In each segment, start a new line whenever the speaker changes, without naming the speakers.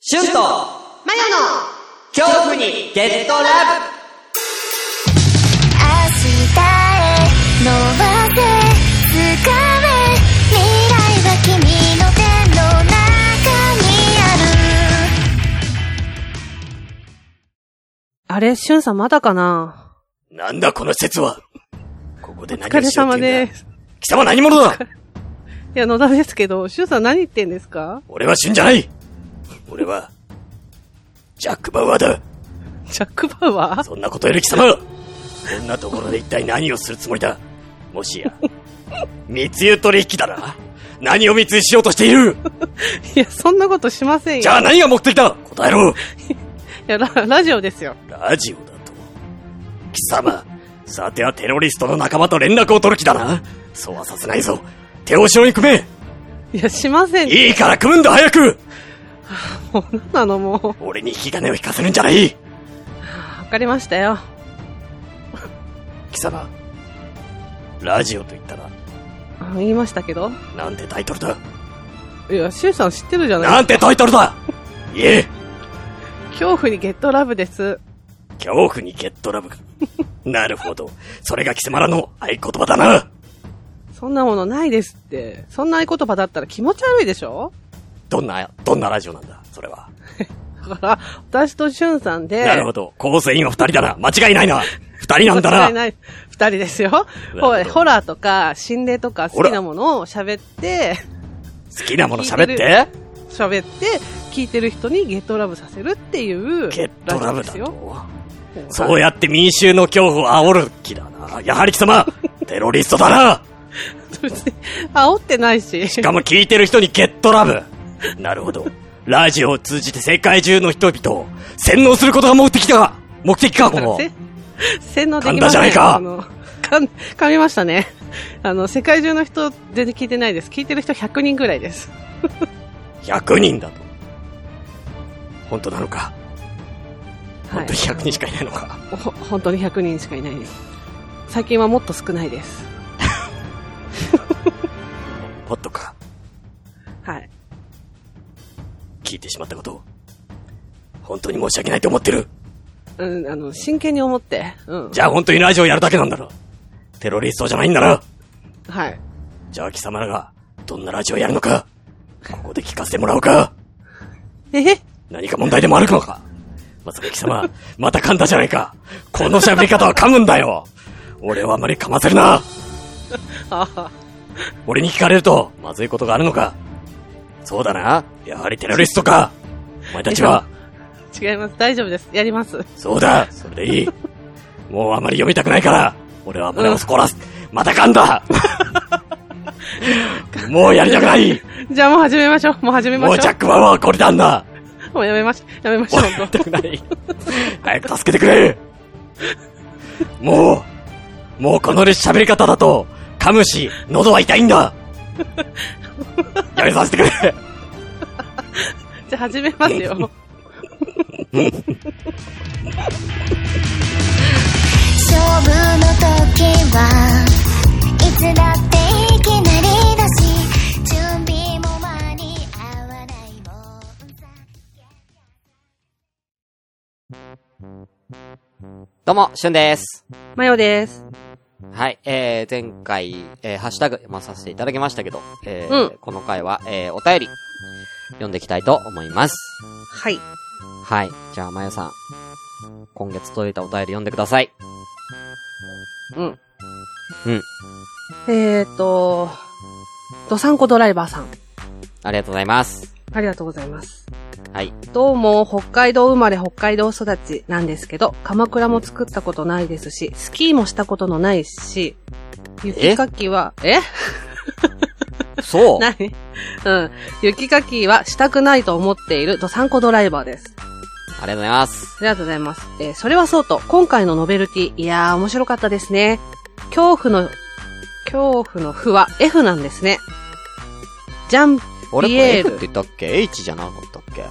シュンとマヨの恐怖にゲットラブ
明日へ伸ばせ掴め未来は君の手の中にある
あれ、しゅんさんまだかな
なんだこの施設はここで
お
何
疲
を
れ
しようっ
様
ていう
で
んだ
す。
貴様何者だ
いや、野田ですけど、しゅんさん何言ってんですか
俺は死んじゃない俺は、ジャック・バウアーだ
ジャック・バウアー
そんなことより貴様こんなところで一体何をするつもりだもしや、密輸取引だな何を密輸しようとしている
いや、そんなことしませんよ。
じゃあ何が目的だ答えろ
いやラ、ラジオですよ。
ラジオだと。貴様、さてはテロリストの仲間と連絡を取る気だなそうはさせないぞ手を後ろに組め
いや、しません。
いいから組むんだ早く
もう、なんなのも
俺に引き金を引かせるんじゃない貴
う。わかりましたよ。
様ラジオと言ったら
あ言いましたけど。
なんてタイトルだ
いや、しゅんさん知ってるじゃない
なんてタイトルだ言え
恐怖にゲットラブです。
恐怖にゲットラブか なるほどそれが貴様らの合言葉だな
そんなものないですって。そんな合言葉だったら気持ち悪いでしょ
どんなどんなラジオなんだそれは、
だから、私としゅんさんで。
なるほど構成員は二人だな間違いないな二人なんだ
間違い
な
ない。二人ですよ。
ほど
ほらホラーとか、心霊とか好きなものを喋って、
好きなもの喋っ
聞い
て
て喋って、聞いてる人にゲットラブさせるっていう。
ゲットラブだ
ジオで
と
すよ。
そうやって民衆の恐怖を煽る気だなやはり 貴様テロリストだな
別に、煽ってないし。
しかも聞いてる人にゲットラブ。なるほど。ラジオを通じて世界中の人々を洗脳することが目的だ目的か、この。
せ 洗脳できません
噛んだじゃないか
あの噛ん噛みましたね。あの、世界中の人全然聞いてないです。聞いてる人100人ぐらいです。
100人だと。本当なのか
は
本
い
当に100人しかいないのか、
ほ本当に100人しかいないです。最近はもっと少ないです。
もっとか。
はい。
聞いてしまったことを。本当に申し訳ないと思ってる。
うん、あの、真剣に思って。うん。
じゃあ本当にラジオやるだけなんだろテロリストじゃないんだな
はい。
じゃあ貴様らが、どんなラジオやるのかここで聞かせてもらおうか
え
何か問題でもあるのかまさか貴様、また噛んだじゃないか。この喋り方は噛むんだよ。俺はあまり噛ませるな。
ああ
俺に聞かれると、まずいことがあるのか。そうだな。やはりテロリストか。お前たちは。
違います。大丈夫です。やります。
そうだ。それでいい。もうあまり読みたくないから。俺は胸を凝らす。また噛んだ。もうやりたくない。
じゃあもう始めましょう。もう始めまし
も
ょう。
うジャックマンはこれなんだ。
もうやめまし、やめましょう
もうやり。たくない。早く助けてくれもう、もうこの喋り方だと、噛むし、喉は痛いんだやめさせてくれ
じゃあ始めますよ。
勝負の時はいつだっていきなりだし準備も間に合わないもんさ
どうも、しゅんです。
マヨです。
はい、えー、前回、えー、ハッシュタグ、まあ、させていただきましたけど、えー
うん
この回は、えー、お便り、読んでいきたいと思います。
はい。
はい、じゃあ、まゆさん、今月届いたお便り読んでください。
うん。
うん。
えーと、ドサンコドライバーさん。
ありがとうございます。
ありがとうございます。
はい。
どうも、北海道生まれ、北海道育ちなんですけど、鎌倉も作ったことないですし、スキーもしたことのないし、雪かきは、え
そう
何うん。雪かきはしたくないと思っているドサンコドライバーです。
ありがとうございます。
ありがとうございます。えーそれはそうと、今回のノベルティ、いやー、面白かったですね。恐怖の、恐怖の負は F なんですね。ジャンプ、
俺、こ
ピエ
れ
ール
F って言ったっけ ?H じゃなかったっけ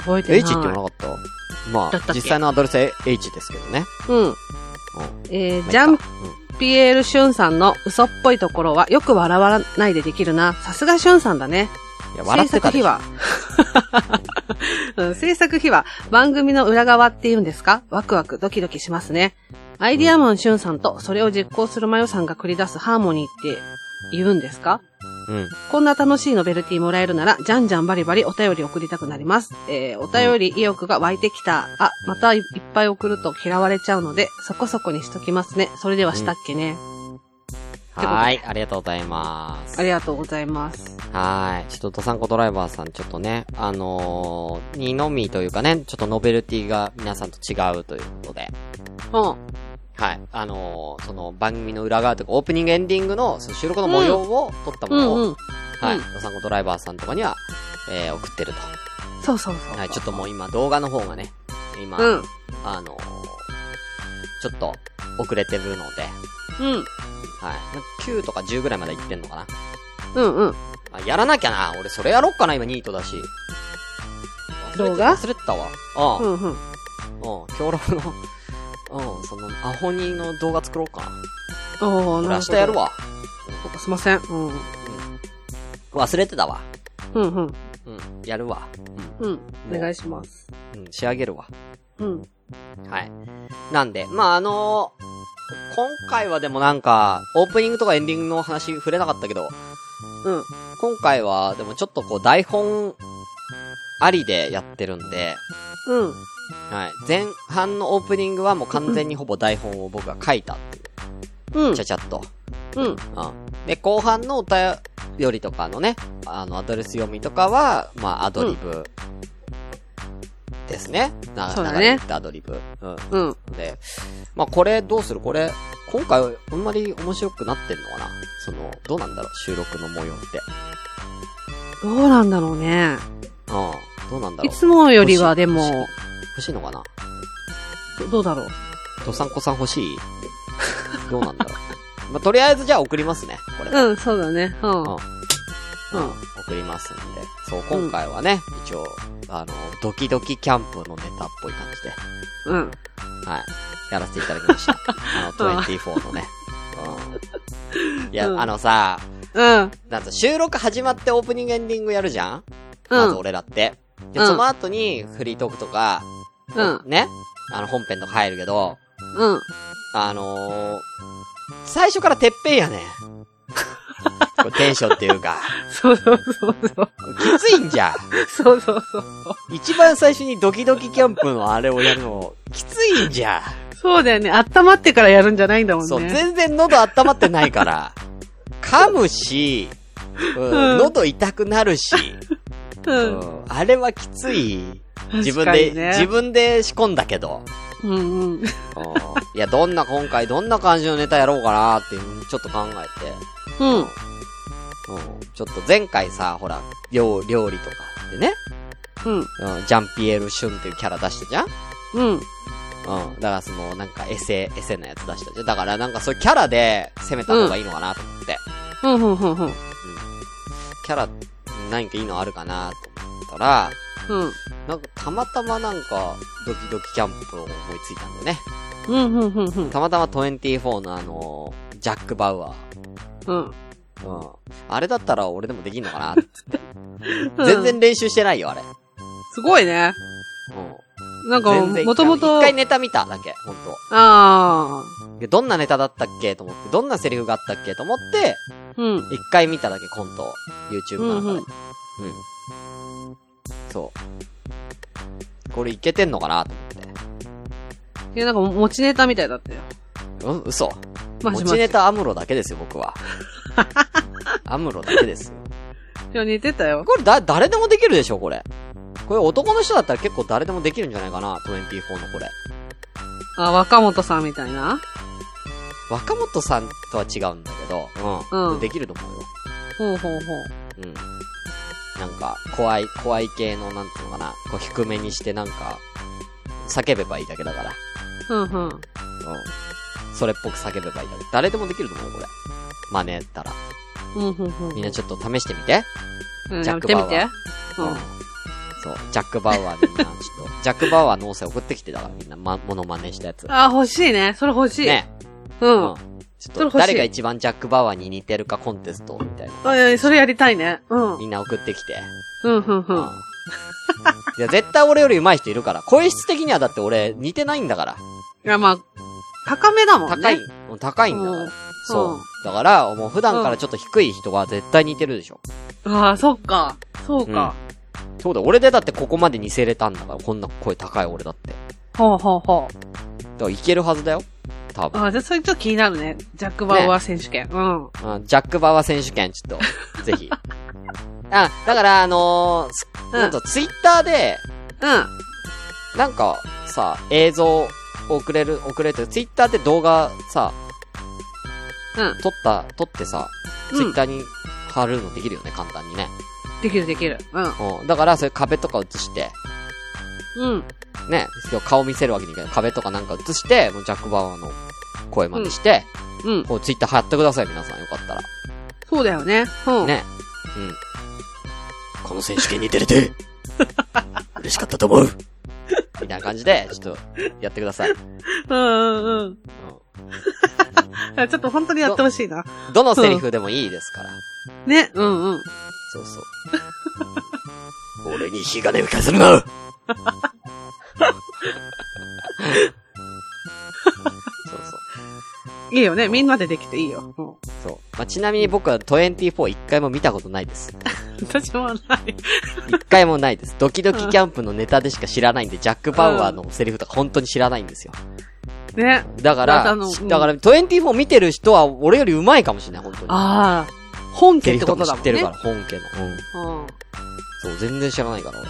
覚えてない。
?H って言わなかったま
だった
あ、
っけ
実際のアドレスは H ですけどね。
うん。
うん
えー
まあ
ジャン
いいかうん
ピエール・シュンさんの嘘っぽいところはよく笑わないでできるな。さすがシュンさんだね。
いや、笑ってたでし
制
ょ。
作うん制作秘話、番組の裏側っていうんですかワクワクドキドキしますね。アイディアマンしゅんさんと、それを実行するまよさんが繰り出すハーモニーって言うんですか
うん。
こんな楽しいノベルティもらえるなら、じゃんじゃんバリバリお便り送りたくなります。えー、お便り意欲が湧いてきた。あ、またいいっぱい送ると嫌われちゃうので、そこそこにしときますね。それではしたっけね。とで
はーい、ありがとうございます。
ありがとうございます。
はーい。ちょっとドサンコドライバーさん、ちょっとね、あのー、にのみというかね、ちょっとノベルティが皆さんと違うということで、
うん。
はい。あのー、その番組の裏側というか、オープニングエンディングのその収録の模様を撮ったも
う
のを、
んうん。
はい。
うん
ドサンコドライバーさんとかには、えー、送ってると。
そうそうそう。
はい、ちょっともう今動画の方がね、今、
うん。
あのー、ちょっと遅れてるので、
うん。
はい。9とか10ぐらいまで行ってんのかな。
うんうん。
あやらなきゃな。俺それやろっかな、今ニートだし。忘れて
動画
忘れてたわ。ああ、
う
うん、
んうん。
今日ラブの、うん、その、アホニーの動画作ろうか
おー、
な。俺
な
明日やる。わ。
すいません。うん。うん
忘れてたわ。
うん。
うん、やるわ。
うん。お願いします。
うん、仕上げるわ。
うん。
はい。なんで、まあ、あの今回はでもなんか、オープニングとかエンディングの話触れなかったけど、
うん。
今回はでもちょっとこう台本ありでやってるんで、
うん。
はい。前半のオープニングはもう完全にほぼ台本を僕が書いたっていう
うん
ちゃ。ちゃっと。
うん。
うん。で、後半のお便りとかのね、あの、アドレス読みとかは、まあ、アドリブ。ですね。な
そうだね
流れてきたアドリブ。うん。
うん。
で、まあこれどうするこれ、今回あんまり面白くなってんのかなその、どうなんだろう収録の模様って。
どうなんだろうね。
うん。どうなんだろ
いうつもよりはで
欲しい
も、
欲しいのかな
どどうだろう。
ドサンコさん欲しいどうなんだろうまあ とりあえずじゃあ送りますね。これ。うん。
うん、そうだね。うん。
うん
うん。
送りますんで。そう、今回はね、一応、あの、ドキドキキャンプのネタっぽい感じで。
うん。
はい。やらせていただきま した。あの、24のね。うん。いや、
うん
あのさ、
うん。
なんか収録始まってオープニングエンディングやるじゃん、まず
うん。
俺らって。で、
うん
その後にフリートークとか、
うん。
ね、あの本編とか入るけど、
うん。
あのー、最初からてっぺん やねん。これテンションっていうか、
そうそうそうそう。
きついんじゃん。
そうそうそう。
一番最初にドキドキキャンプのあれをやるの、きついんじゃ
そうだよね。温まってからやるんじゃないんだも
ん。
ん
そう、
ね。
全然喉温まってないから。噛むし、うん
うん
喉痛くなるし、
う。
うんん、あれはきつい。自分
確か
で、
にね
自分で仕込んだけど。
うんうん。
うんいや、どんな、今回どんな感じのネタやろうかなっていうふうにちょっと考えて。
うん。
うん。ちょっと前回さ、ほら、料料理とかでね、
うん。
うん、ジャンピエール・シュンっていうキャラ出したじゃん
う
う
ん。
ん。だからその、なんかエセ、エセなやつ出したじゃん。だからなんかそういうキャラで攻めた方がいいのかなと思って。
うん。うん。うん。うん。
キャラ、何かいいのあるかなと思ったら、
うん。
なんかたまたまなんか、ドキドキキャンプを思いついたんだよね。
うん。うん。うん。うん。
たまたま24のあの、ジャック・バウアー。
うん。
うん。あれだったら俺でもできんのかなって全然練習してないよ、あれ。
すごいね。
う
なんか、
全然
もともと、
一回
あ
ネタ見ただけ、ほん
あ
と。でどんなネタだったっけと思って、どんなセリフがあったっけと思って、
ー。うん。
一回見ただけ、コントを。YouTube
うん
の
う
中で。うんん。そう。これいけてんのかなと
いや、なんか、持ちネタみたいだったよ。
思って。うん嘘。
マ
持
ジ
ち
マ
ネ
ジ。
タアムロだけですよ、僕は。 アムロだけですよ。
いや、似てたよ。
これだ、誰でもできるでしょ、これ。これ男の人だったら結構誰でもできるんじゃないかな、24のこれ。
あ、若本さんみたいな。
若本さんとは違うんだけど、うん。
うん
できると思うよ。
ほうほうほう。
うん。なんか、怖い、怖い系の、なんていうのかな、こう低めにしてなんか、叫べばいいだけだから。
うんうん。
うん。それっぽく叫べばいいだけ。誰でもできると思うよ、これ。真似たら。
うんうんうん。
みんなちょっと試してみて。
うん
ジャッ
やっ
ク
てみて。
うん。そう、ジャック・バウアーみんな、ちょっ と、ジャック・バウアーの音声送ってきてだから、みんな、ま、モノマネしたやつ。
あ、欲しいね。それ欲しい。
ね。
うん。。
ち
それ
ょっ
欲し
と、
い
誰が一番ジャック・バウアーに似てるかコンテストみたいな。
あいやそれやりたいね。うん。うん、
みんな送ってきて。
うん、うん。
ういや、絶対俺より上手い人いるから。声質的にはだって俺、似てないんだから。
いや、まあ、高めだもんね。
高い。うん高いんだか
う
ら
ん。
そう。だから、もう普段からちょっと低い人は絶対似てるでしょ。
ああ、そっか。そうか。
そうだ、俺でだってここまで似せれたんだから、こんな声高い俺だって。
ほうほうほう。
だからいけるはずだよ。多分。
ああ、じゃあそれちょっと気になるね。ジャック・バウアー選手権。うん。
うん、ジャック・バワー選手権、ちょっと、ぜひ。あ、だから、あのーす
うん
なんと、ツイッターで、
う
なんか、さ、映像を送れる、送れるというツイッターで動画さ、
ん。うん。
撮った、撮ってさ、
うん
ツイッターに貼るのできるよね、簡単にね。
できるできる。うん。
うん。だから、それ壁とか映して、
うん。
ね、顔見せるわけにいかない。壁とかなんか映して、もうジャック・バワーの声までして、
うん。
こう、ツイッター貼ってください、皆さん。よかったら。
そうだよね。うん。
ね。
この選手権に出れて、嬉しかったと思う。
みたいな感じで、ちょっと、やってください。うん
うんうんうん。あ ちょっと本当にやってほしいな。
どのセリフでもいいですから。
ね。うんうん。
そうそう。
俺に火金を吹かせるな
そうそう。
いいよね。みんなでできていいよ。うん
そう。まあ、ちなみに僕は24一回も見たことないです。
私もない。
一回もないです。ドキドキキャンプのネタでしか知らないんで、ジャック・バウアーのセリフとか本当に知らないんですよ。
ね。
だか
またあ
ら、
のうん
だから24見てる人は俺より上手いかもしれない、本当に。
ああ。本
セ
家っ
リ
て
フ
ことと
か
だ
も知っ
もんね。
てるから、本家の。うん。
うん。
そう、全然知らないから、俺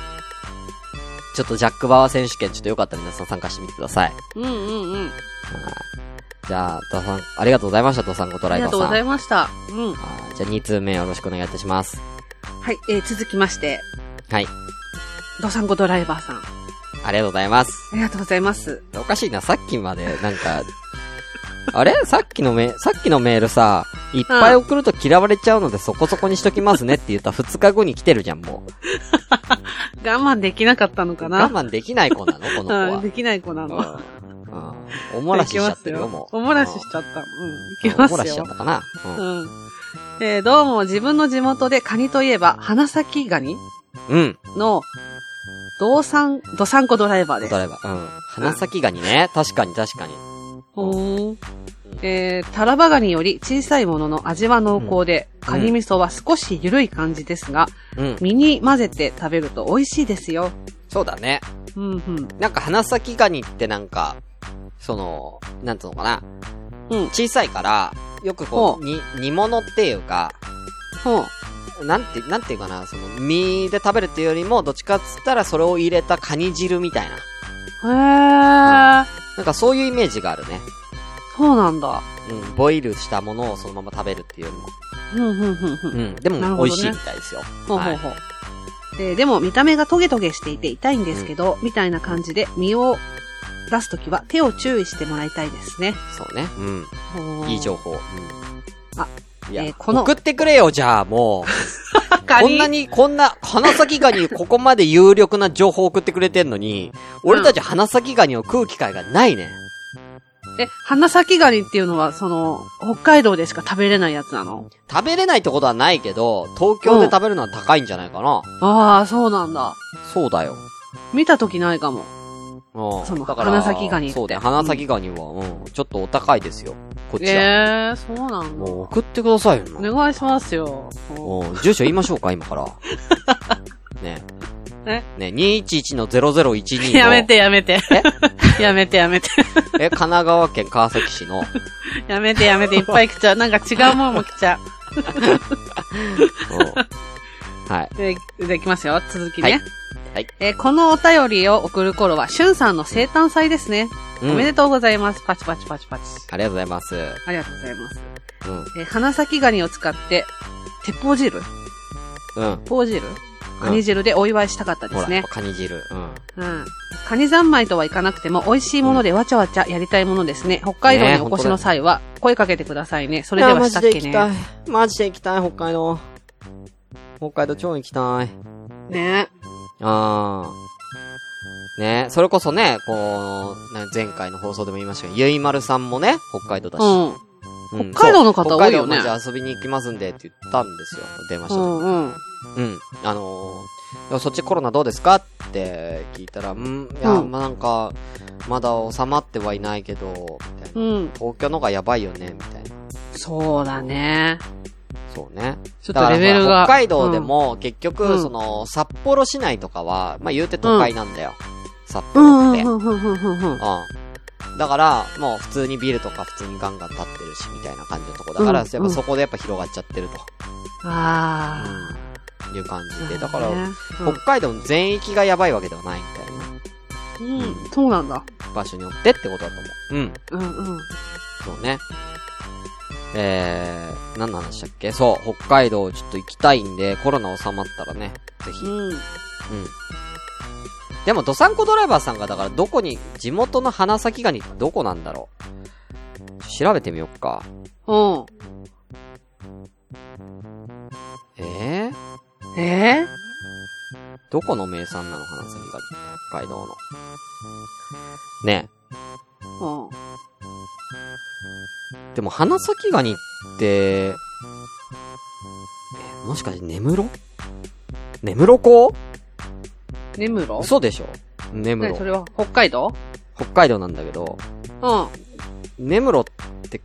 ちょっとジャック・バウアー選手権、ちょっとよかったら皆さん参加してみてください。
うんうんうん。
じゃあ、ドさん、ありがとうございました、ドさんごと
あ
ライ
り
バ
が
ー
とうご
さん。
ざいました。うん。
あーじゃあ、2通目よろしくお願いいたします。
はい。えー続きまして、
はい。
ドサンゴドライバーさん。あ
ありがとうございます。
りがとうございます。
おかしいな、さっきまで、なんか、 あれさっきのメ、さっきのメールさ、いっぱい送ると嫌われちゃうのでそこそこにしときますねって言った2日後に来てるじゃん、もう。
我慢できなかったのか
我
な
慢できない子なの、この子
うん、 できない子なの。
は。うん。うん。おもらししちゃってるよ、
いけま
も
す
う。
おもらししちゃった。うん。いきま
うんおもら
す
しちゃ
よ
っ。たかな。うん
うん。えーどうも自分の地元でカニといえば、花咲ガニ。
うん。
の、ドサン、ドサンコドライバーです
ド。ライバー。うん。花咲ガニね。確かに確かに。
ほーえー、タラバガニより小さいものの味は濃厚で、カニ味噌は少し緩い感じですが、
うん。
身に混ぜて食べると美味しいですよ。
そうだね。
うんうん。
なんか花咲ガニってなんか、その、なんていうのかな。
うん
小さいから、よくこ
ほ
う、に、煮物っていうか、
ほう。
なんて、なんていうかな、その、身で食べるっていうよりも、どっちかっつったらそれを入れたカニ汁みたいな。
へー。
なんかそういうイメージがあるね。
そうなんだ。
うん、ボイルしたものをそのまま食べるっていうよりも。
うんうんうんうん。
うん、で
なる
も
ほど
美味し
ね
いみたいですよ。
ほうほうほう。えーでも見た目がトゲトゲしていて痛いんですけど、みたいな感じで身を出すときは手を注意してもらいたいですね。
そうね。うん。いい情報。うん。
あ、
いや、
えーこの
送ってくれよ、じゃあ、もう。
報
こんなに、こんな、花咲ガニ、ここまで有力な情報送ってくれてんのに、俺たち花咲ガニを食う機会がないね。
え、花咲ガニっていうのは、その、北海道でしか食べれないやつなの
食べれないってことはないけど、東京で食べるのは高いんじゃないかな。
ああ、そうなんだ。
そうだよ。
見た時ないかも。
うん。
その
だから
花咲ガニって
そうだよ。花咲ガニは、うん、ちょっとお高いですよ。こっちは。
ええー、そうなんだ。
もう送ってくださいよ
お
な。
願いしますよ。
うん住所言いましょうか、今から。 ね
え
ね211の0012の。
やめて、やめて。 やめて、やめて。
え、神奈川県川崎市の。
やめて、やめて。いっぱい来 ちゃう。なんか違うもんも来ちゃ
うんはい。
う。で、で、いきますよ。続きね。
はい。
えーこのお便りを送る頃は、しゅんさんの生誕祭ですね。
うん
おめでとうございます。パチパチパチパチ。
ありがとうございます。
ありがとうございます。
うん。
えー花咲ガニを使って、鉄砲汁
うん。
ポー汁カニ汁でお祝いしたかったで
ほ
す
ら、
ね。
カニ汁。うん。
うん。カニ三昧とはいかなくても、美味しいものでわちゃわちゃやりたいものですね。北海道
ねえ
にお越しの際は、声かけてくださいね。それではしたっけね。
い。マジで行きたい、北海道。北海道超行きたい。
ね
あー。ねそれこそね、こう、な前回の放送でも言いましたけど、ゆいまるさんもね、北海道だし。
うん。
うん
北海道の方
そう
多いよね
北海道まで遊びに行きますんでって言ったんですよ。電話し
う
た時、
んうん。
うん。あのー、そっちコロナどうですかって聞いたら、うん、いや、
うん
まあ、なんか、まだ収まってはいないけど、みたいな。
うん。
東京の方がやばいよね、みたいな。
そうだね。
そうね。
ちょ
だ
っと
から
レベル
ほら
が。
北海道で
うん、
も、結
う
局、
ん
その、札幌市内とかは、まあ、言うて都会なんだよ。札
う
幌
ん、う
って。
ん、
う。
うんん、うん、うん、うん。
だから、もう普通にビルとか普通にガンガン立ってるし、みたいな感じのとこだから、
うん
やっぱそこでやっぱ広がっちゃってると。
あ
うん。いう感
あ。
じで。だから、
ね
北海道の全域がやばいわけではないみたいな。
うん、うんそうなんだ。
場所によってってことだと思う。うん。
うん、うん。
そうね。えー、何の話だっけそう、北海道ちょっと行きたいんで、コロナ収まったらね、ぜひ。うん。
うん。
でも、ドサンコドライバーさんが、だから、どこに、地元の花咲ガニってどこなんだろう調べてみよっか。
うん。
えー、
え
どこの名産なの花咲ガニ北海道の。ね
ー、
え。でも、花咲ガニって、えもしかして、根室根室港
うん。根室
嘘でしょ根
何そ
室。
れは北海道
北海道なんだけど、
うん。
根室って、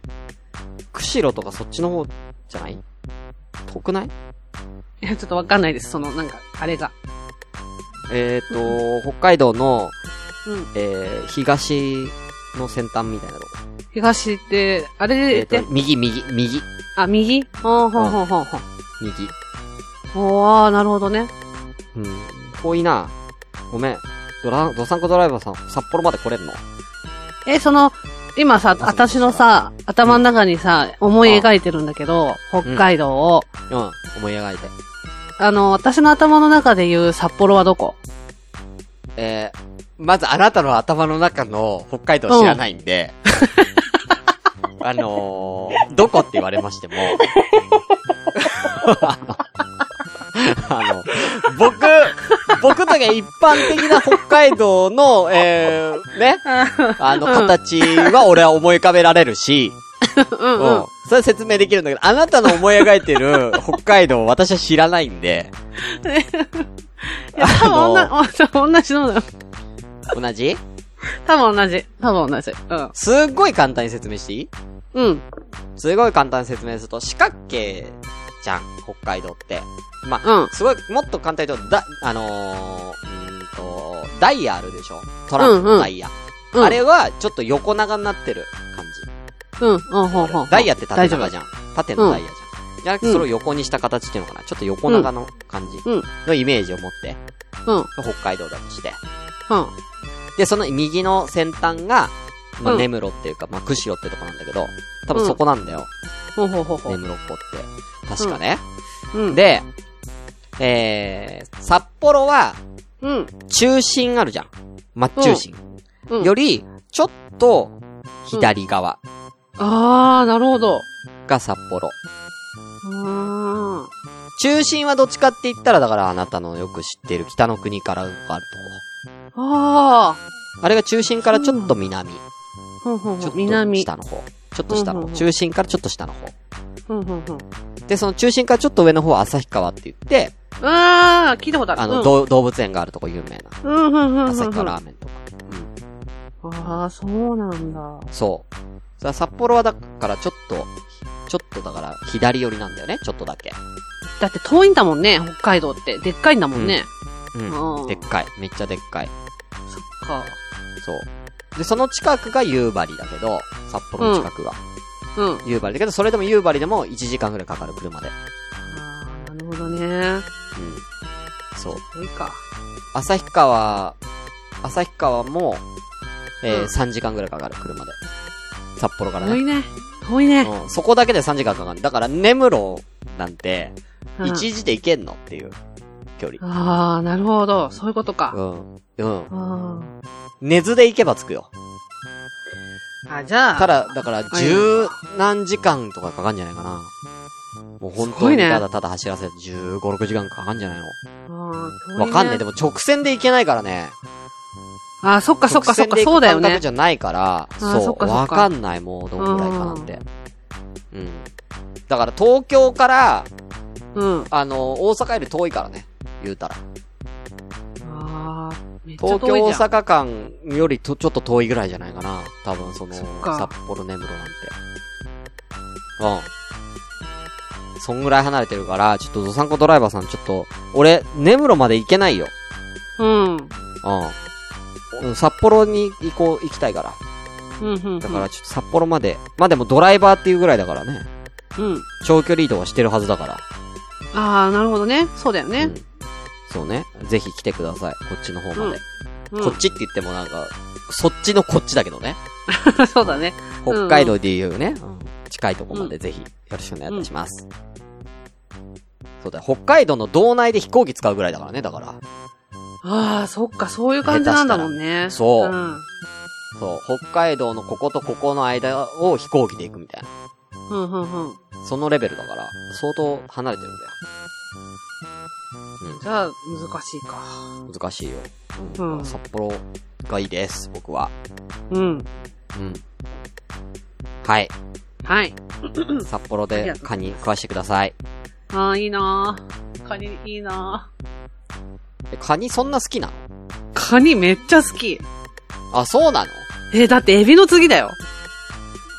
釧路とかそっちの方じゃない遠くない
いや、ちょっとわかんないです。その、なんか、あれが。
えっ、ー、と、北海道の、
うん。
えー、東の先端みたいなとこ。
東って、あ
え
れ
っ、
で、
と、右、右、右、
あ、右ほんほんほんほんほん。
右。
おー、なるほどね。
うん。遠いな。ごめん。ドラ、ドサンコドライバーさん、札幌まで来れんの
え、その、今さ、私のさ、頭の中にさ、思い描いてるんだけど、北海道を。
うん。思い描いて。
あの、私の頭の中で言う札幌はどこ
えー、まずあなたの頭の中の北海道知らないんで、あのー、どこって言われましても、あの、僕、僕とか一般的な北海道の、えー、ね、あの形は俺は思い浮かべられるし、
う
うん
うん
ん。それは説明できるんだけど、あなたの思い描いてる北海道を私は知らないんで、
いや。多分同じ、多 分同じのだよ。
同じ
多分同じ。多分同じ。うん。
すっごい簡単に説明していい
うん。
すごい簡単に説明すると、四角形じゃん、北海道って。まあ、
うん
すごい、もっと簡単に言うと、だ、あのー、うーんと、ダイヤあるでしょトランプ
うんう
の
ん
ダイヤ。
うん。
あれは、ちょっと横長になってる感
うん。うん、ほんほんほん
じ。。ダイヤって縦
大丈
長
夫
じゃん。縦のダイヤじゃん。じゃなく
う
て、
ん
それを横にした形っていうのかな。ちょっと横長の感じ
うん
のイメージを持って、
うん。
北海道だとして。
うん。
で、その右の先端が、まあ、
うん
根室っていうか、まあ、釧路ってとこなんだけど、多分そこなんだよ。
ほんほんほんほ
根
ん。
室っ子って。確かね。
うん。、
で、えー、札幌は、
うん。
中心あるじゃん。真っ中心。
うん。
より、ちょっと、左側
あー、なるほど。
が札幌。
うーん。
中心はどっちかって言ったら、だからあなたのよく知ってる北の国からがあると
あ
こ。あれが中心からちょっと南。
ー。ふんふん
ちょ
ふん
っ。と
南。
下の方。ちょっと下の
うんうん
方。
うん
中心からちょっと下の方。
ふんふんふん。
で、その中心からちょっと上の方は旭川って言って、
あー、聞いたことある。
あ
う
の、
ん
どう動物園があるとこ有名な。
うん、うん、うん。
旭川
あ
ラーメンとか。
あー、そうなんだ。
そう。それは札幌はだからちょっと、ちょっとだから左寄りなんだよね、ちょっとだけ。
だって遠いんだもんね、北海道って。でっかいんだもんね。
う。
うんん
でっかい。めっちゃでっかい。
そっか。
そう。で、その近くが夕張だけど、札幌の近くが。
うん。
夕張だけど、それでも夕張でも1時間ぐらいかかる車で。
あー、なるほどね。
うん。そう。
遠いか。
旭川、旭川も、えー
うん
3時間ぐらいかかる車で。札幌から
遠い
ね。
ね。遠いね。
うん。そこだけで3時間かかる。だから、根室なんて、
うん
一時で行けんのっていう距離。
あー、なるほど。そういうことか。
うん。うん。
あ
根津で行けば着くよ。
ーあ、じゃあ。
ただ、だから、
はい
十何時間とかかかんじゃないかな。もう本
す
当
ごい
に
ね
ただただ走らせて15、6時間かかんじゃないの
わ
わかんない。で
も。
も直線で行けないからね。
あー、そっかそっかそ
直
っ
線
か、
で行く
そうだよ
感覚
ね。
じゃないから、
ーそ
そ
っ
う、
かそっか
わかんない、もうどんぐらいかなんて。うん。だから東京から、
うん。
あの、大阪より遠いからね、言うたら。
あー、めっちゃ
東京
遠い
大
じゃん。
阪間よりとちょっと遠いぐらいじゃないかな。多分その、
そっか
札幌根室なんて。うん。そんぐらい離れてるから、ちょっとドサンコドライバーさんちょっと、俺、根室まで行けないよ。
うん。うん
うん。札幌に行こう、行きたいから。
うんうん。
だからちょっと札幌まで、まあでもドライバーっていうぐらいだからね。
うん。
長距離移動はしてるはずだから。
あー、なるほどね。そうだよ
う
ね
ん。そうね。ぜひ来てください。こっちの方まで。
うん
こっちって言ってもなんか、そっちのこっちだけどね。
そうだね。
北海道でいうね、うん近いところまでぜひ、よろしくお願いいたします。そうだよ、北海道の道内で飛行機使うぐらいだからね、だから。
あー、そっか、そういう感じなんだもん
下手
ね。
したらそう
うん。
そう、北海道のこことここの間を飛行機で行くみたいな。
うん、うん、うん。
そのレベルだから、相当離れてるんだよ。
じゃあ、難しいか。
うん、難しいよ。
うん
札幌がいいです、僕は。
うん。
うん。はい。
はい。
札幌
あり
で
がとうござ
カ
います
ニ食わしてください。
あー、いいなー。カニ、いいな
えカニそんな好きなの
ー。カニめっちゃ好き。
あ、そうなの
えーだってエビの次だよ。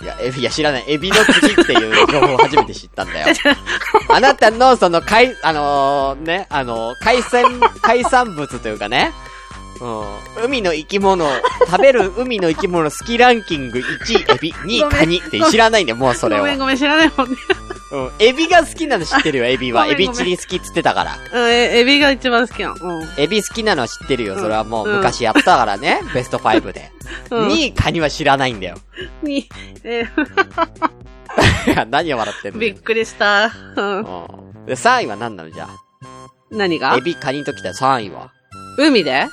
いや、エビ、いや、知らない。エビの次っていう情報を初めて知ったんだ よ。あなたの、その、海、あのーね、あのー海鮮、海産物というかね、うん、海の生き物、食べる海の生き物好きランキング1位、エビ、2
ご
位、
めん
カニって知らないんだよ、もうそれ
ご
を。う
めんごめん、知らないもんね。
ん、エビが好きなの知ってるよ、エビは。
ご
エ
めんごめん
ビチリ好きっつってたから。
うん、えエビが一番好きなの。うん。
エビ好きなのは知ってるよ、
うん
それはもう昔やったからね、ベスト5で。
うん
2位、カニは知らないんだよ。
に、 え
いや何を笑ってん
ー、
の
びっくりした。うん。
うん。で、3位は何なのじゃあ。
何が
エビ、カニときたら3位は
海で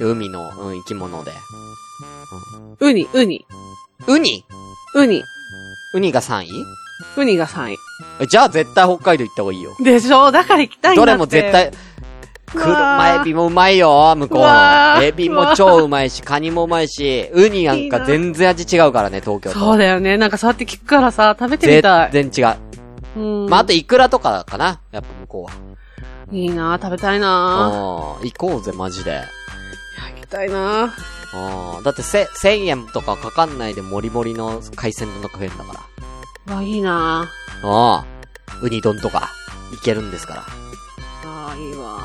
海の、うん、生き物で。
ウニ、ウニ、
ウニ
ウニ、
ウニが3位
ウニが3位。
えじゃあ絶対北海道行った方がいいよ。
でしょだから行きたいんだ
ど
って
れも絶。対、車エビもうまいよ、向こう
うわ
の。
ー
エビも超うまいし、カニもうまいし、ウニなん
いい
か
な
全然味違うからね、東京と。
そうだよね。なんかそうやって聞くからさ、食べてみ
絶
たい。
然違う。
うん。
まあ、あとイクラとかかな、やっぱ向こう
いいな食べたいな
は。うん、行こうぜ、マジで。
行きたいな
うん、だってせ、1000円とかかかんないでモリモリの海鮮丼とか食えるんだから。
うわ、いいな
ああ、ウニ丼とか、いけるんですから。
あーいいわ。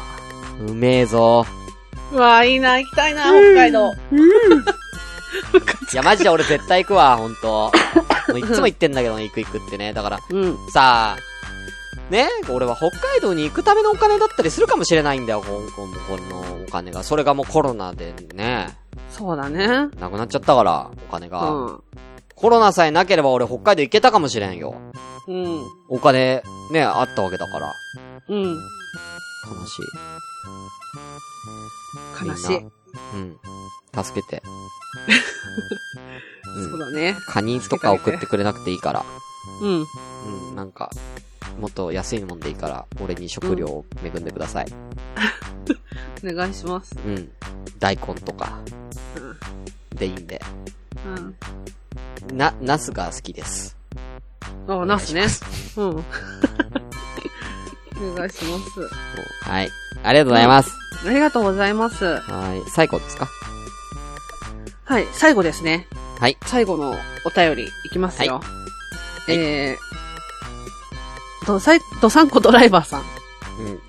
うめえぞ。
うわ、いいな行きたいな北海道。
いや、マジで俺絶対行くわ、 ほんと。もういっつも言ってんだけどね、行く行くってね。だから、
うん。
さあ、ね、俺は北海道に行くためのお金だったりするかもしれないんだよ、こここのお金が。それがもうコロナでね、
そうだね。
なくなっちゃったから、お金
う
が。
ん。
コロナさえなければ俺北海道行けたかもしれんよ。
うん。
お金、ね、あったわけだから。
うん。
悲しい。
悲しい。
みんなうん。助け て。うん
そうだね。
カニとか送ってくれなくていいから。
うん。
うん、なんか、もっと安いもんでいいから、俺に食料を恵んでください。
お願いします。
うん。大根とか。でいいんで。
うん。
な、ナスが好きです。
あ、ナスね。 うん。お願いします。
はい。ありがとうございます。
ありがとうございます。
はい。最後ですか
はい、最後ですね。
はい。
最後のお便りいきますよ。
い
えー、どさい、どさんこドライバーさん。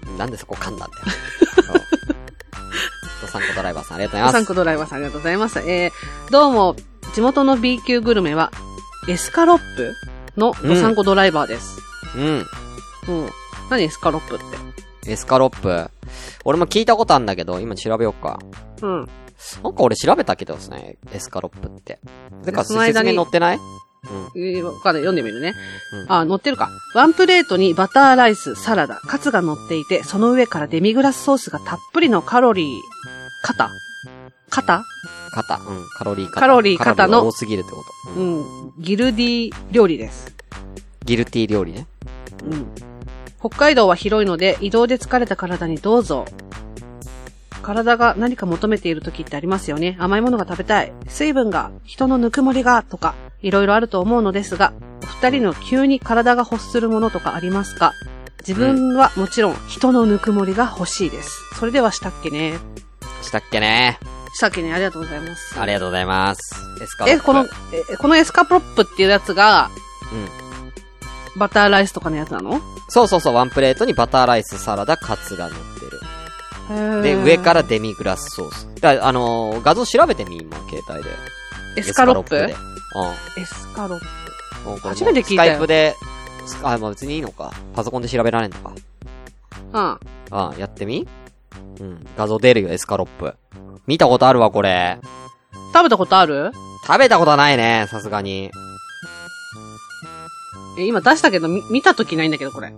うん。なんでそこ噛んだんだよ。ドサンコドライバーさん、ありがとう
ど
ござ
さ
いま
ん
す。
こドライバーさんありがとうございます。えー、どうも、地元の B 級グルメは、エスカロップのどさんこドライバーです。
うん。
うん。何エスカロップって。
エスカロップ。俺も聞いたことあるんだけど、今調べようか。
うん。
なんか俺調べたけどですね、エスカロップって。てか、
その間に
説明載ってない
えー、わかんない読んでみるね。
うん
あ、乗ってるか。ワンプレートにバターライス、サラダ、カツが乗っていて、その上からデミグラスソースがたっぷりのカロリー、肩肩
肩。うん。カロリー肩。
カロリー肩の
カロリーが多すぎるってこと。うん
うん。ギルディ料理です。
ギルティー料理ね。
うん。北海道は広いので、移動で疲れた体にどうぞ。体が何か求めている時ってありますよね。甘いものが食べたい。水分が、人のぬくもりが、とか、いろいろあると思うのですが、お二人の急に体が欲するものとかありますか自分はもちろん人のぬくもりが欲しいです。それではしたっけね。
したっけね。
したっけね、ありがとうございます。
ありがとうございます。エスカロッ
え、
プ
この、え、このエスカプロップっていうやつが、
うん
バターライスとかのやつなの
そうそうそう、ワンプレートにバターライス、サラダ、カツが乗ってる。で、
で
上からデミグラスソース。だからあのー画像調べてみ、今、携帯で。
エスカロップ
エ
エ
スカロップ
スカロップ。
で。うん。うんこれも
初めて聞いたよ
スカイプで、スカあ、まあ別にいいのか。パソコンで調べられんのか。
うん。
あ、やってみうん。画像出るよ、エスカロップ。見たことあるわ、これ。
食べたことある
食べたことはないね、さすがに。
え、今出したけど、み見たときないんだけど、これ。
う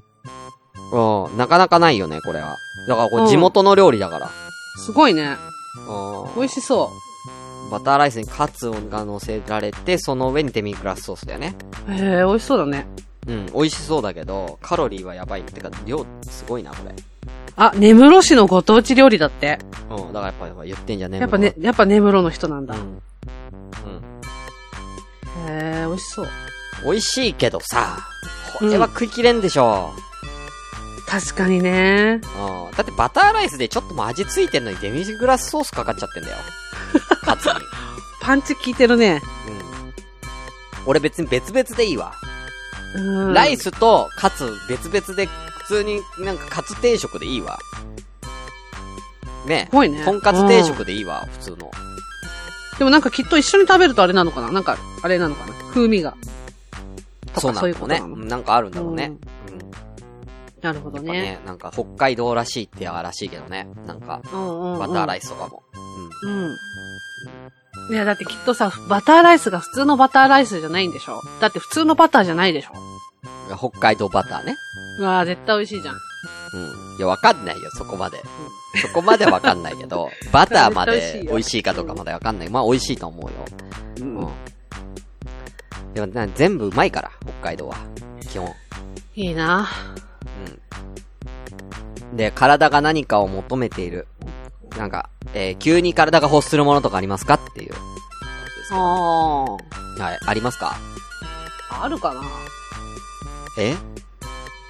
ん。なかなかないよね、これは。だから、こ
う
れ
ん
地元の料理だから。
すごいね。
うん。
美味しそ
バターライスにカツが乗せられて、その上にデミグラスソースだよね。
う。へえ、美味しそうだね。
うん、美味しそうだけど、カロリーはやばい。ってか、量、すごいな、これ。
あ、根室市のご当地料理だって。
うん、だからやっぱ、やっぱ言ってんじゃねえ
やっぱね、やっぱ根室の人なん
う
だ。へ
ん。うん。
え、美味しそう。
美味しいけどさ、これは食い切れんでしょ。
確かにね。
うん。だってバターライスでちょっともう味ついてんのにデミグラスソースかかっちゃってんだよ。カツに。
パンチ効いてるね。
うん。俺別に別々でいいわ。
うん。
ライスとカツ別々で、普通になんかカツ定食でいいわ。ね
すごいね
とんかつ定食でいいわ、普通の。
でもなんかきっと一緒に食べるとあれなのかななんか、あれなのかな風味が。と
そう
か
な
そうい
ん
う
だ
こ
ろう
と
ね。
な
う
の
んなんかあるんだろうね。うん。
なるほど
やっぱ
ね。
ね、なんか北海道らしいってやらしいけどね。なんか、
うんうんうん。
バターライスとかも。うん。
うん。いや、だってきっとさ、バターライスが普通のバターライスじゃないんでしょだって普通のバターじゃないでしょ
北海道バターね。
うわー絶対美味しいじゃん。
うん。いや、わかんないよ、そこまで。そこまでわかんないけ ど、バターま
絶対美味し
で
いよ
美味しいかどうかまでわかんない。まあ、美味しいと思うよ。
う
うん。でもな、全部うまいから、北海道は。基本。
いいな
うん。で、体が何かを求めている。なんか、えー急に体が欲するものとかありますかっていう。
あ
はい、ありますか
あ。あるかな
え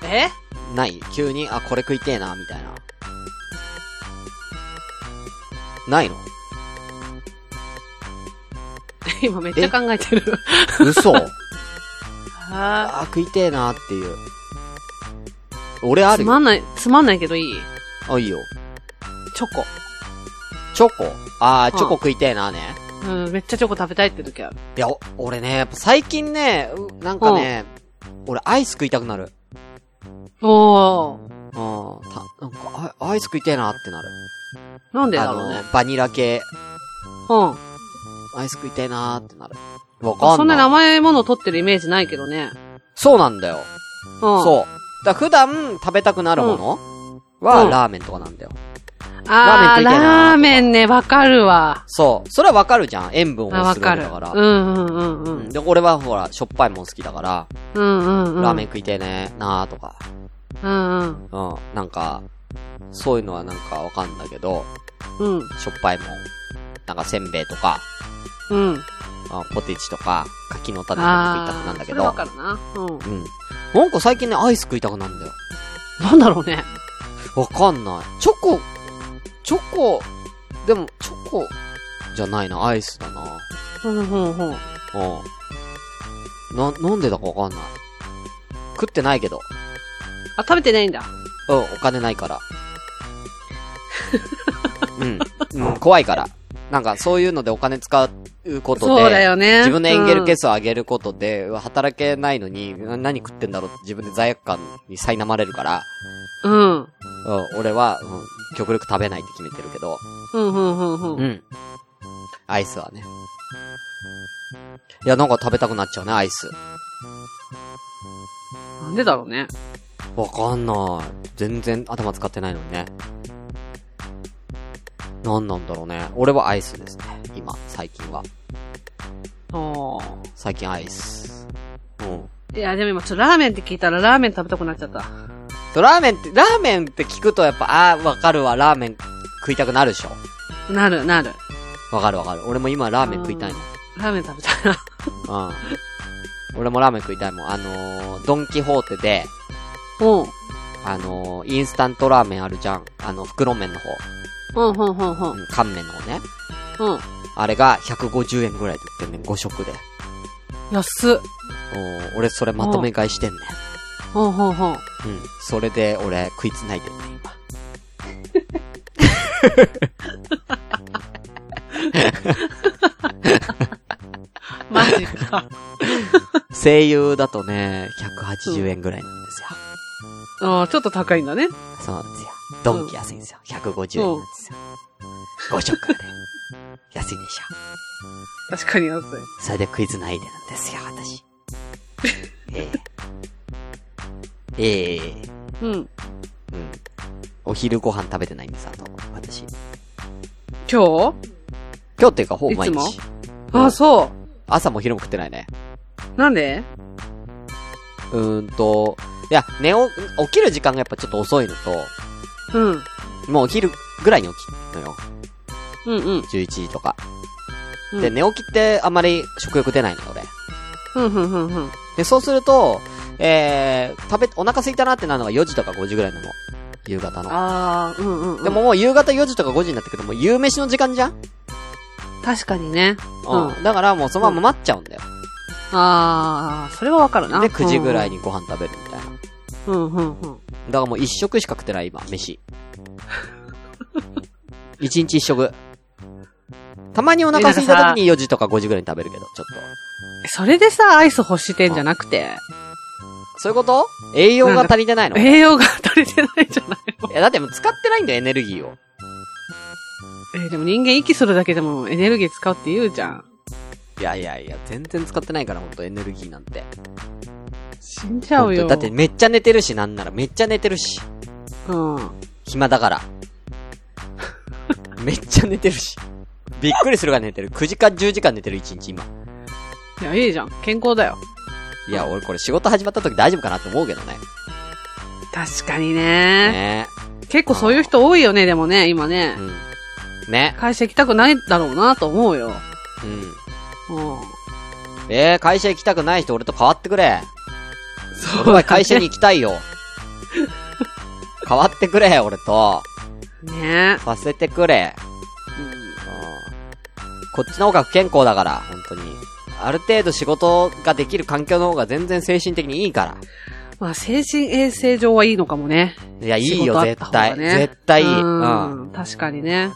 え
ない急に、あ、これ食いてえな、みたいな。ないの
今めっちゃ考えてる。
嘘
あ
あ、食いてえな、っていう。俺
ー
あ
つ
る
ま
よ。
んない、つまんないけどいい
あ、いいよ。
チョコ。
チョコ。あ
う
ー、
ん
チョコ食いてえな、ね。
うん、めっちゃチョコ食べたいって時ある。
いや、お俺ね、やっぱ最近ね、うなんかね、俺アイス食いたくなる。
おー。
うん。た、なんか、あアイス食いてえなってなる。
なんで
あ
だろうね。
の、バニラ系、
うん。
アイス食いてえなってなる。わかんない。
そんなに甘いものを取ってるイメージないけどね。
そうなんだよ。
うん。
そう。だから普段食べたくなるものは、
うん
ラーメンとかなんだよ。
あ
ラーメン食
ー、
いたいな
ラーメンね、わかるわ。
そう。それはわかるじゃん。塩分を
あ、わ
する
か
ん
る。
だから。
うんうんうんう
うんん。。で、俺はほら、しょっぱいもん好きだから、
うんうんうん。
ラーメン食いてえねなーとか。
うんうん。
うん。なんか、そういうのはなんかわかんだけど、
うん。
しょっぱいもん。なんかせんべいとか、
うん。
あポテチとか、柿の種とか食いたくなる
あ
ん
ー
だけ
それわ
ど
か。るな。う
うん。なんか最近ね、アイス食いたくなるんだよ。
ん。なんだろうね。
わかんない。チョコ、チョコ、でも、チョコ、じゃないな、アイスだな。
うんうんうん。
うん。な、なんでだかわかんない。食ってないけど。
あ、食べてないんだ。
うん、お金ない から。うん。うん、怖いから。なんか、そういうのでお金使うことで、
そうだよね。
自分のエンゲル係
ス。
数を上げることで、働けないのに、な何食ってんだろうって自分で罪悪感に苛まれるから、
うん。
うん、俺は、うん、極力食べないって決めてるけど、
うんうんうんう。
うんん。アイスはね。いや、なんか食べたくなっちゃうね、アイス。
なんでだろうね。
わかんない。全然頭使ってないのにね。なんなんだろうね。俺はアイスですね。今、最近は。
あー
最近アイス。うん。
いや、でも今、ちょっとラーメンって聞いたらラーメン食べたくなっちゃった。
そうラーメンって、ラーメンって聞くとやっぱ、あーわかるわ、ラーメン食いたくなるでしょ。
なる、なる。
わかるわかる。俺も今ラーメン食いたい
ラーメン食べたいな。
の。うん。俺もラーメン食いたいもん。あのー、ドンキホーテで、
うん。
あのー、インスタントラーメンあるじゃん。あの、袋麺の方。
ほんほんほんほん
う。ん、乾麺の方ね。
うん。
あれが150円ぐらいで売ってんねん、5食で。
安っ。
おー俺それまとめ買いしてんね
ほんほんほん。
ん。うん。それで俺食いつないでるね、今。
マジか。
声優だとね、180円ぐらいなんですよ。
ああ、ちょっと高いんだね。
そうなんですよ。ドンキ安いんですよ。150円なんですよ。5食で。安いでしょ。
確かに安い。
それでクイズないでなんですよ、私。ええええ
うん。
うん。お昼ご飯食べてないんです、あと、私。
今日
今日っていうか、ほぼ毎
いつも
日。
ああ、そ
朝も昼も食ってないね。
う。なんで
うーんと、いや、寝お、起きる時間がやっぱちょっと遅いのと、
うん。
もうお昼ぐらいに起きるのよ。
うんうん。
11時とか。
うん
で、寝起きってあんまり食欲出ないのよ、俺。
うんうんうんうん。
で、そうすると、えー、食べ、お腹空いたなってなるのが4時とか5時ぐらいなの。夕方の。
ああ、うんうん、うん。
でも、もう夕方4時とか5時になってくるともう夕飯の時間じゃん
確かにね。
うん。だからもうそのまま待っちゃうんだよ。
ああ、それはわかるな。
で、9時ぐらい
に。
にご飯食べるみたいな。だ
うんうんうん。
からもう1食しか食ってない今、飯。1日1食。たまにお腹空いた時に4時とか5時ぐらいに食べるけど、ちょっと。
それでさ、アイス欲してんじゃなくて、
そういうこと栄養が足りてないのい
栄養が足りてないんじゃない の
や、だってもう使ってないんだよ、エネルギーを。
えーでも人間息するだけでもエネルギー使うって言うじゃん。
いやいやいや、全然使ってないから、ほんとエネルギーなんて。
死んじゃう
ほ
よ。
んとだって、めっちゃ寝てるし、なんならめっちゃ寝てるし。
うん。
暇だ から。めっちゃ寝てるし。びっくりするが寝てる。9時間10時間寝てる1日今。
いや、いいじゃん。健康だよ。
いや、俺これ仕事始まった時大丈夫かなって思うけどね。
確かにね
ね
結構そういう人多いよね、でもね、今ね
え。。うん。ね。
会社行きたくないだろうなと思うよ。
うん。
うん。
えー、会社行きたくない人俺と変わってくれ。
そう
俺は会社に行きたいよ。 変わってくれ、俺と。
ね。
させてくれ。こっちの方が不健康だから、本当に。ある程度仕事ができる環境の方が全然精神的にいいか
まあ、精神衛生上はいいのかもね。
ら。いや、いい
仕
よ、
事あった
絶
方が
対。
ね
絶対いい。
う
うん。うん。
ん。確かにね。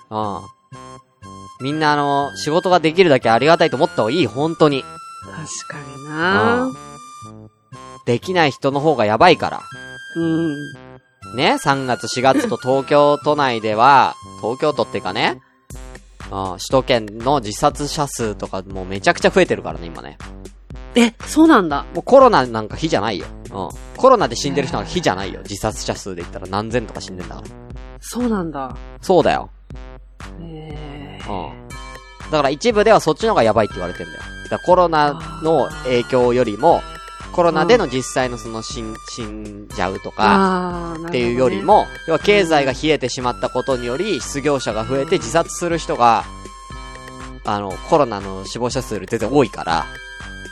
みんなあの、仕事ができるだけありがたいと思った方がいい、本当に。
確かにな
できない人の方がやばいから。
うん。
ね、3月、4月と東京都内では、東京都っていうかね、うん、首都圏の自殺者数とかもうめちゃくちゃ増えてるからね、今ね。
え、そうなんだ。
もうコロナなんか火じゃないよ。うん。コロナで死んでる人なんか火じゃないよ。自殺者数で言ったら何千とか死んでんだから。
そうなんだ。
そうだよ。
え
う
ー
ん。だから一部ではそっちの方がやばいって言われてんだよ。だからコロナの影響よりも、コロナでの実際のその死ん、死んじゃうとか、
あー、なるほどね
っていうより。も、要は経済が冷えてしまったことにより、失業者が増えて自殺する人が、あの、コロナの死亡者数より全然多いから、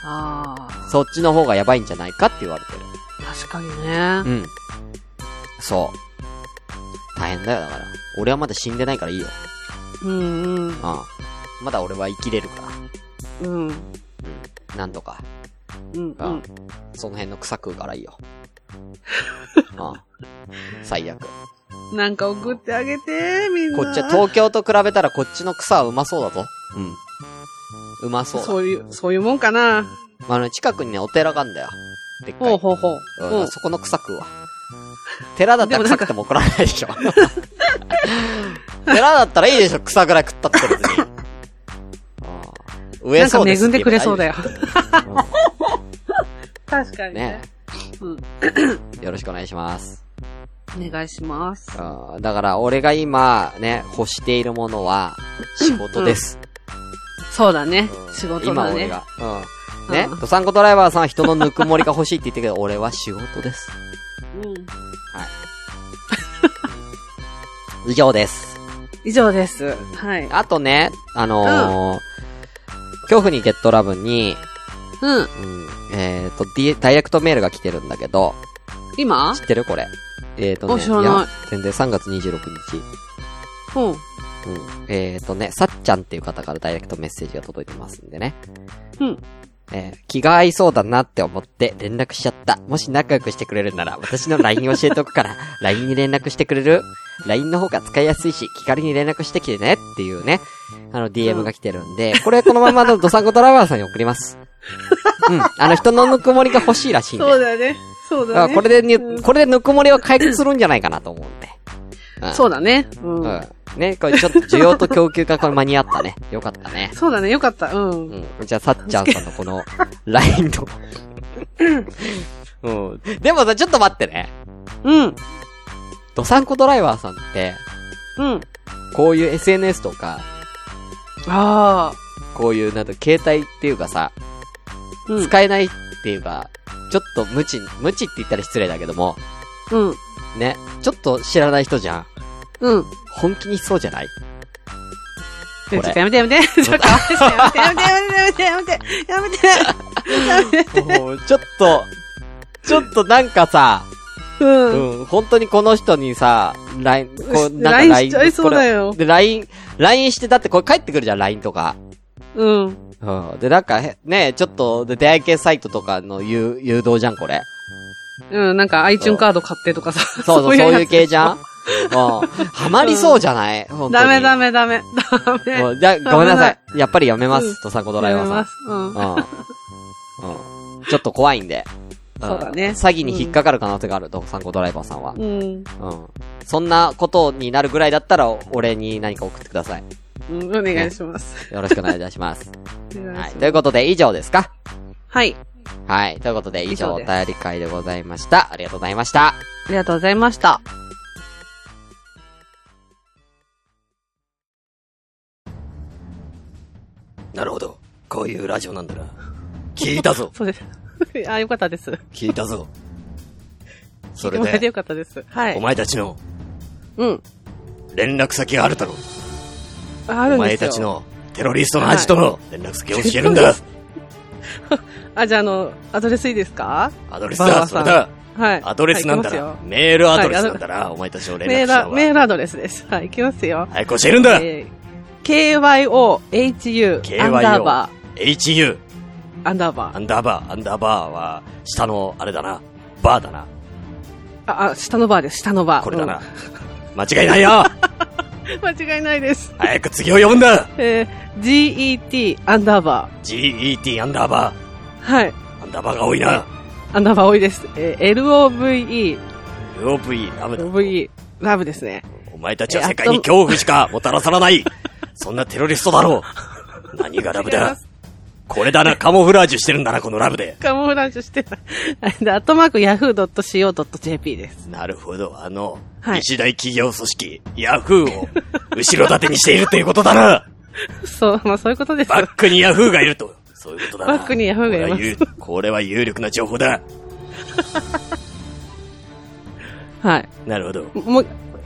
ああ、
そっちの方がやばいんじゃないかって言われてる。
確かにね。
うん。そう。大変だよ、だから。俺はまだ死んでないからいいよ。
うんうん。
うん。まだ俺は生きれるから。
うん。
うん。なんとか。
うん
う。
うんん。
その辺の草食うからいいよ。うん。最悪。
なんか送ってあげて、みんな。
こっちは東京と比べたらこっちの草はうまそうだぞ。うん。うまそうだ。
そういう、そういうもんかな。
まあね、近くにね、お寺があんだよ。でっかい。
ほうほうほう。
う
ほ
ん、そこの草食うわ。寺だったら臭くても怒られないでし ょ。寺だったらいいでしょ、草ぐらい食ったって別に。うん
う
植
な
え
んか
そうです
恵ん
って
で
言え
く
ば
れ
大
そ
丈夫
うだよ。 確か
う
に
んね
ね。うん。
よろしくお願いします。
お願いします。
うんだから、俺が今、ね、欲しているものは、仕事です。
そうだね
う。ん
仕事
今
だ
俺
ね。
が。うん。ね
う、ん
ドサンコドライバーさんは人のぬくもりが欲しいって言ってるけど、俺は仕事です。
うん。
以上です。
以上です。はい。
あとね、あのー恐怖にゲットラブに、
うん。
うん、えっ、と、ディダイレクトメールが来てるんだけど、
今
知ってるこれ。えっ、と
あ
ね、
知らない
や、全然3月26日。
うん。
うん。えっ、とね、さっちゃんっていう方からダイレクトメッセージが届いてますんでね。
うん。
えー気が合いそうだなって思って連絡しちゃった。もし仲良くしてくれるなら、私の LINE 教えておくから、LINE に連絡してくれる ?LINE の方が使いやすいし、気軽に連絡してきてねっていうね、あの DM が来てるんで、これこの ままのドサンコドライバーさんに送ります。うん。あの人のぬくもりが欲しいらしいんで。
そうだよね。そうだ
あ
ね。
これでに、
うん
これでぬくもりは回復するんじゃないかなと思うんで。うん
そうだね。うん。
うん。ね、これちょっと需要と供給がこれ間に合ったね。よかったね。
そうだね。よかった。う。
うんん。じゃあ、さっちゃんさんのこの、LINE と。うん。でもさ、ちょっと待ってね。
うん。
ドサンコドライバーさんって、
うん。
こういう SNS とか、
ああ。
こういう、なんだ、携帯っていうかさ、
うん。
使えないっていうか、ちょっと無知、無知って言ったら失礼だけども、
うん。
ね、ちょっと知らない人じゃん。
うん。
本気にしそうじゃない
ちょ
れ
っとやめてやめて。 ちょっとやめてやめてやめてやめてやめてやめてやめて。
もうちょっと、ちょっとなんかさ、
うん。
うん、本当にこの人にさ、LINE、こう、なん
LINE
か
しちゃいそうだよ
これで、LINE、LINE して、だってこれ帰ってくるじゃん、LINE とか。
うん。
うん。で、なんかへ、ねちょっと、で、出会い系サイトとかの誘誘導じゃん、これ。
うん。なんか iTunes カード買ってとかさ。
そうそう、そういう系じゃん。
ん
うん。ハマりそうじゃない、本当に
ダメダメダメ。ダ
う
メ。
んじゃ、ごめんなさい。やっぱりやめま
うん
す、とさこドライバーさん。
やめます。
うん。うん。ちょっと怖いんで。ん
そうだね
詐欺に引っかかる可能性がある、ドサンコドライバーさんは。
うん。うん。
うん。そんなことになるぐらいだったら、俺に何か送ってください。
うんお願いします。
よろしくお願いいたし ます。
お願いし
は
ま
い。
す
ということで、以上ですか
はい。
はい。ということで、以上、お
以上
便
で
り会でございました。ありがとうございました。
ありがとうございました。
なるほど。こういうラジオなんだな。聞いたぞ。
そうです。 あ、よかったです。
聞いたぞ。それ
もらえて
で、
よかったです。は
お
い。
前たちの
うん。
連絡先があるだろう。
あ
お
るんですよ。
前たち。のテロリストのアジトの連絡先を教えるんだ
は。 あ、じゃあ、あの、アドレスいいですか
アドレス
バーバ
だ、
ー
そ
さん
れだ。
はい。
アドレスなんだ
はい行
な
き。ますよ
メールアドレスなんだな。お前たちの連
メー
絡
ル
先
ア、メー
は。
ルアドレスです。はい、いきますよ。
早く教えるんだ
えー、kyohu、アンダー
!KYO
バ。
HU。
ー、アンダーバ
ア
ー。
ンダーバー。アンダーバーは、下の、あれだな。バーだな。
あ、あ、下のバーです、下のバー。
これだな。間違いな いよ
うん。間違いないです。
早く次を読むんだ
えー、get、アンダーバ
!GET アンダーバ
ー。はい。
ー。アンダーバーが多いな。
アンダーバー多いです。えー、love、
LOVE、ダメだ。
love、ラブですね。
お前たちは世界に恐怖しかもたらさら ない。そんなテロリストだろう。何がラブ
違いま
だ
す
これだな、カモフラージュしてるんだな、このラブで。
カモフラージュしてた。 で、アットマーク yahoo.co.jp です。
なるほど、あの、
はい
一大企業組織、ヤフーを、後ろ盾にしているということだな。
そう、まあそういうことです。
バックにヤフーがいると。そういうことだな。
バックにヤフーがいます
これは有これは有力な情報だ。
はい。
なるほど。
もう、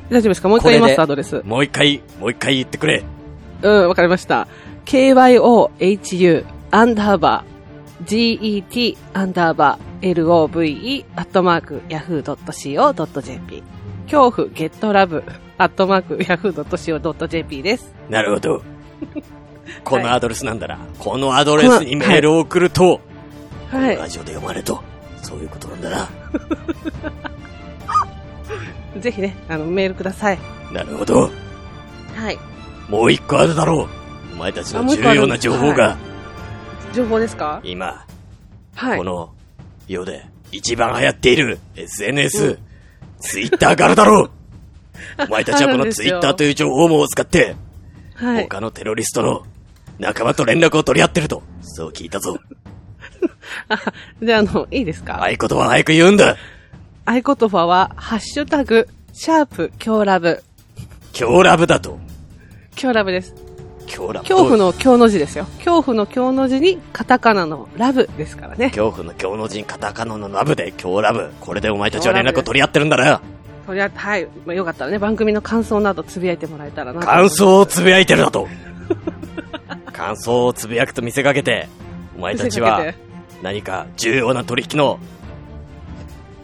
大丈夫ですかもう一回言いま
こ
す、
れで
アドレス。
もう一回、もう一回言ってくれ。
うん、わかりました。kyohu アンダーバー get アンダーバー love アットマーク yahoo.co.jp 恐怖 getlove アットマーク yahoo.co.jp です。
なる ほど。このアドレスなんだな。このアドレスにメールを送ると、
はい。
ラジオで読まれと。そういうことなんだな。
ぜひね、あの、メールください。
なるほど。
はい。
もう一個あるだろう。お前たちの重要な情報が、
情報ですか
今、
はい
こ。の世で一番流行っている SNS、ツイッターがあるだろう。お前たちはこ
あるん
の
です
ツ
よ
イッターという情報網を使って、
はい。
他のテロリストの仲間と連絡を取り合ってると、そう聞いたぞ。
あ じゃあ、あの、いいですか
合言葉は早く言うんだ。
合言葉は、ハッシュタグ、シャープ、強ラブ。
今日ラブだと。
強ラブです。
今日ラブと。
恐怖の強の字ですよ。恐怖の強の字に、カタカナのラブですからね。
恐怖の今日の人カタカナのラブで今日ラブ。これでお前たちは連絡を取り合ってるんだな。
とりあえず、はい。まあ、よかったらね、番組の感想などつぶやいてもらえたらな。
感想をつぶやいてるだと。感想をつぶやくと見せかけて、お前たち
見せ
は
かけ
何か重要な取引の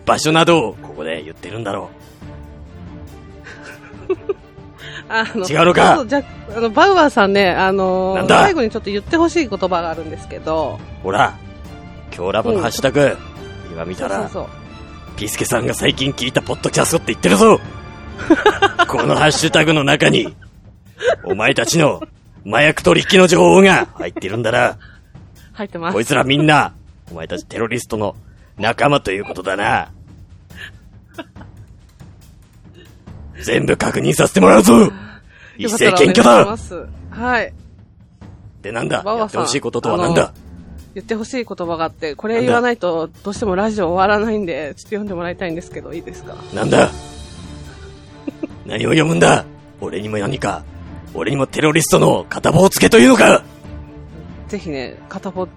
場所などをここで言ってるんだろう。
あの
違うのか
そうじゃあのバウアーさんね、あのー
なんだ
最後にちょっと言ってほしい言葉があるんですけど、
ほら、今日ラボのハッシュタグ、今見た
そ
ら、
うそう
ピースケさんが最近聞いたポッドキャストって言って るぞこのハッシュタグの中に、お前たちの麻薬取引の情報が入ってるんだな。
そう、入ってます。
こいつらみんな、お前たちテロリストの仲間ということ だな。全部確認させてもらうぞ一
よかった
斉
ら
検挙
お願
だ
いしますはい。
でなんだ
バオ
や
さん
ってほしいこととはなんだ
言ってほしい言葉があって、これ言わないと、どうしてもラジオ終わらないんで、ちょっと読んでもらいたいんですけど、いいですか
なんだ何を読むんだ俺にも何か、俺にもテロリストの片棒つけというのか
ぜひね、片棒、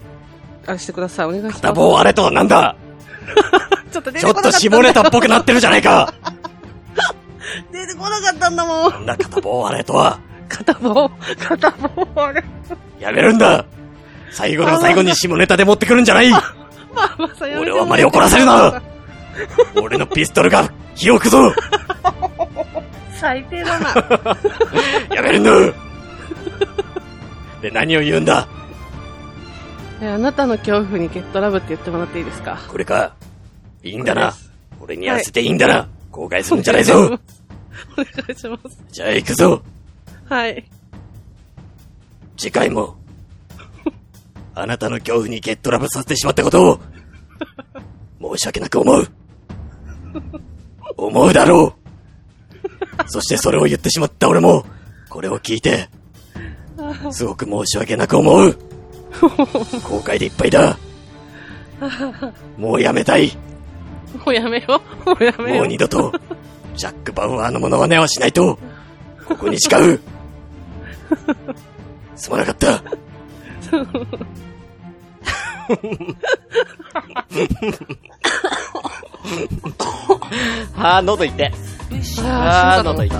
あれしてください。お願いします。
片棒あれとはなんだ
ちょっと出
ち
て
ょ
こ
っ
なか
と
った。
下ネタっぽくなってるじゃないか
出てこなかったんだもん
な。んだ片棒あれとは
片棒、片棒、あれ。
やめるんだ最後の最後に下ネタで持ってくるんじゃない
まあまあ、さやめて
俺をあまり怒らせるな俺のピストルが火を吹くぞ
最低だな。
やめるんだで、何を言うんだ
えあなたの恐怖にゲットラブって言ってもらっていいですか
これか。いいんだ
これ
な
で。
俺にやらせていいんだな。後悔するんじゃない ぞ。
お願いします。
じゃあ行くぞ。
はい。
次回も、 あなたの恐怖にゲットラブさせてしまったことを、申し訳なく思う。思うだろう。そしてそれを言ってしまった俺も、これを聞いて、すごく申し訳なく思う。後悔でいっぱいだ。もうやめたい。
もうやめよう。もうやめよう。
もう二度と、ジャック・バウアーのモノマネはしないと、ここに誓う。すまなかった。
あー、喉痛い。
あー
あー、
死んだと
喉
思っ
痛い。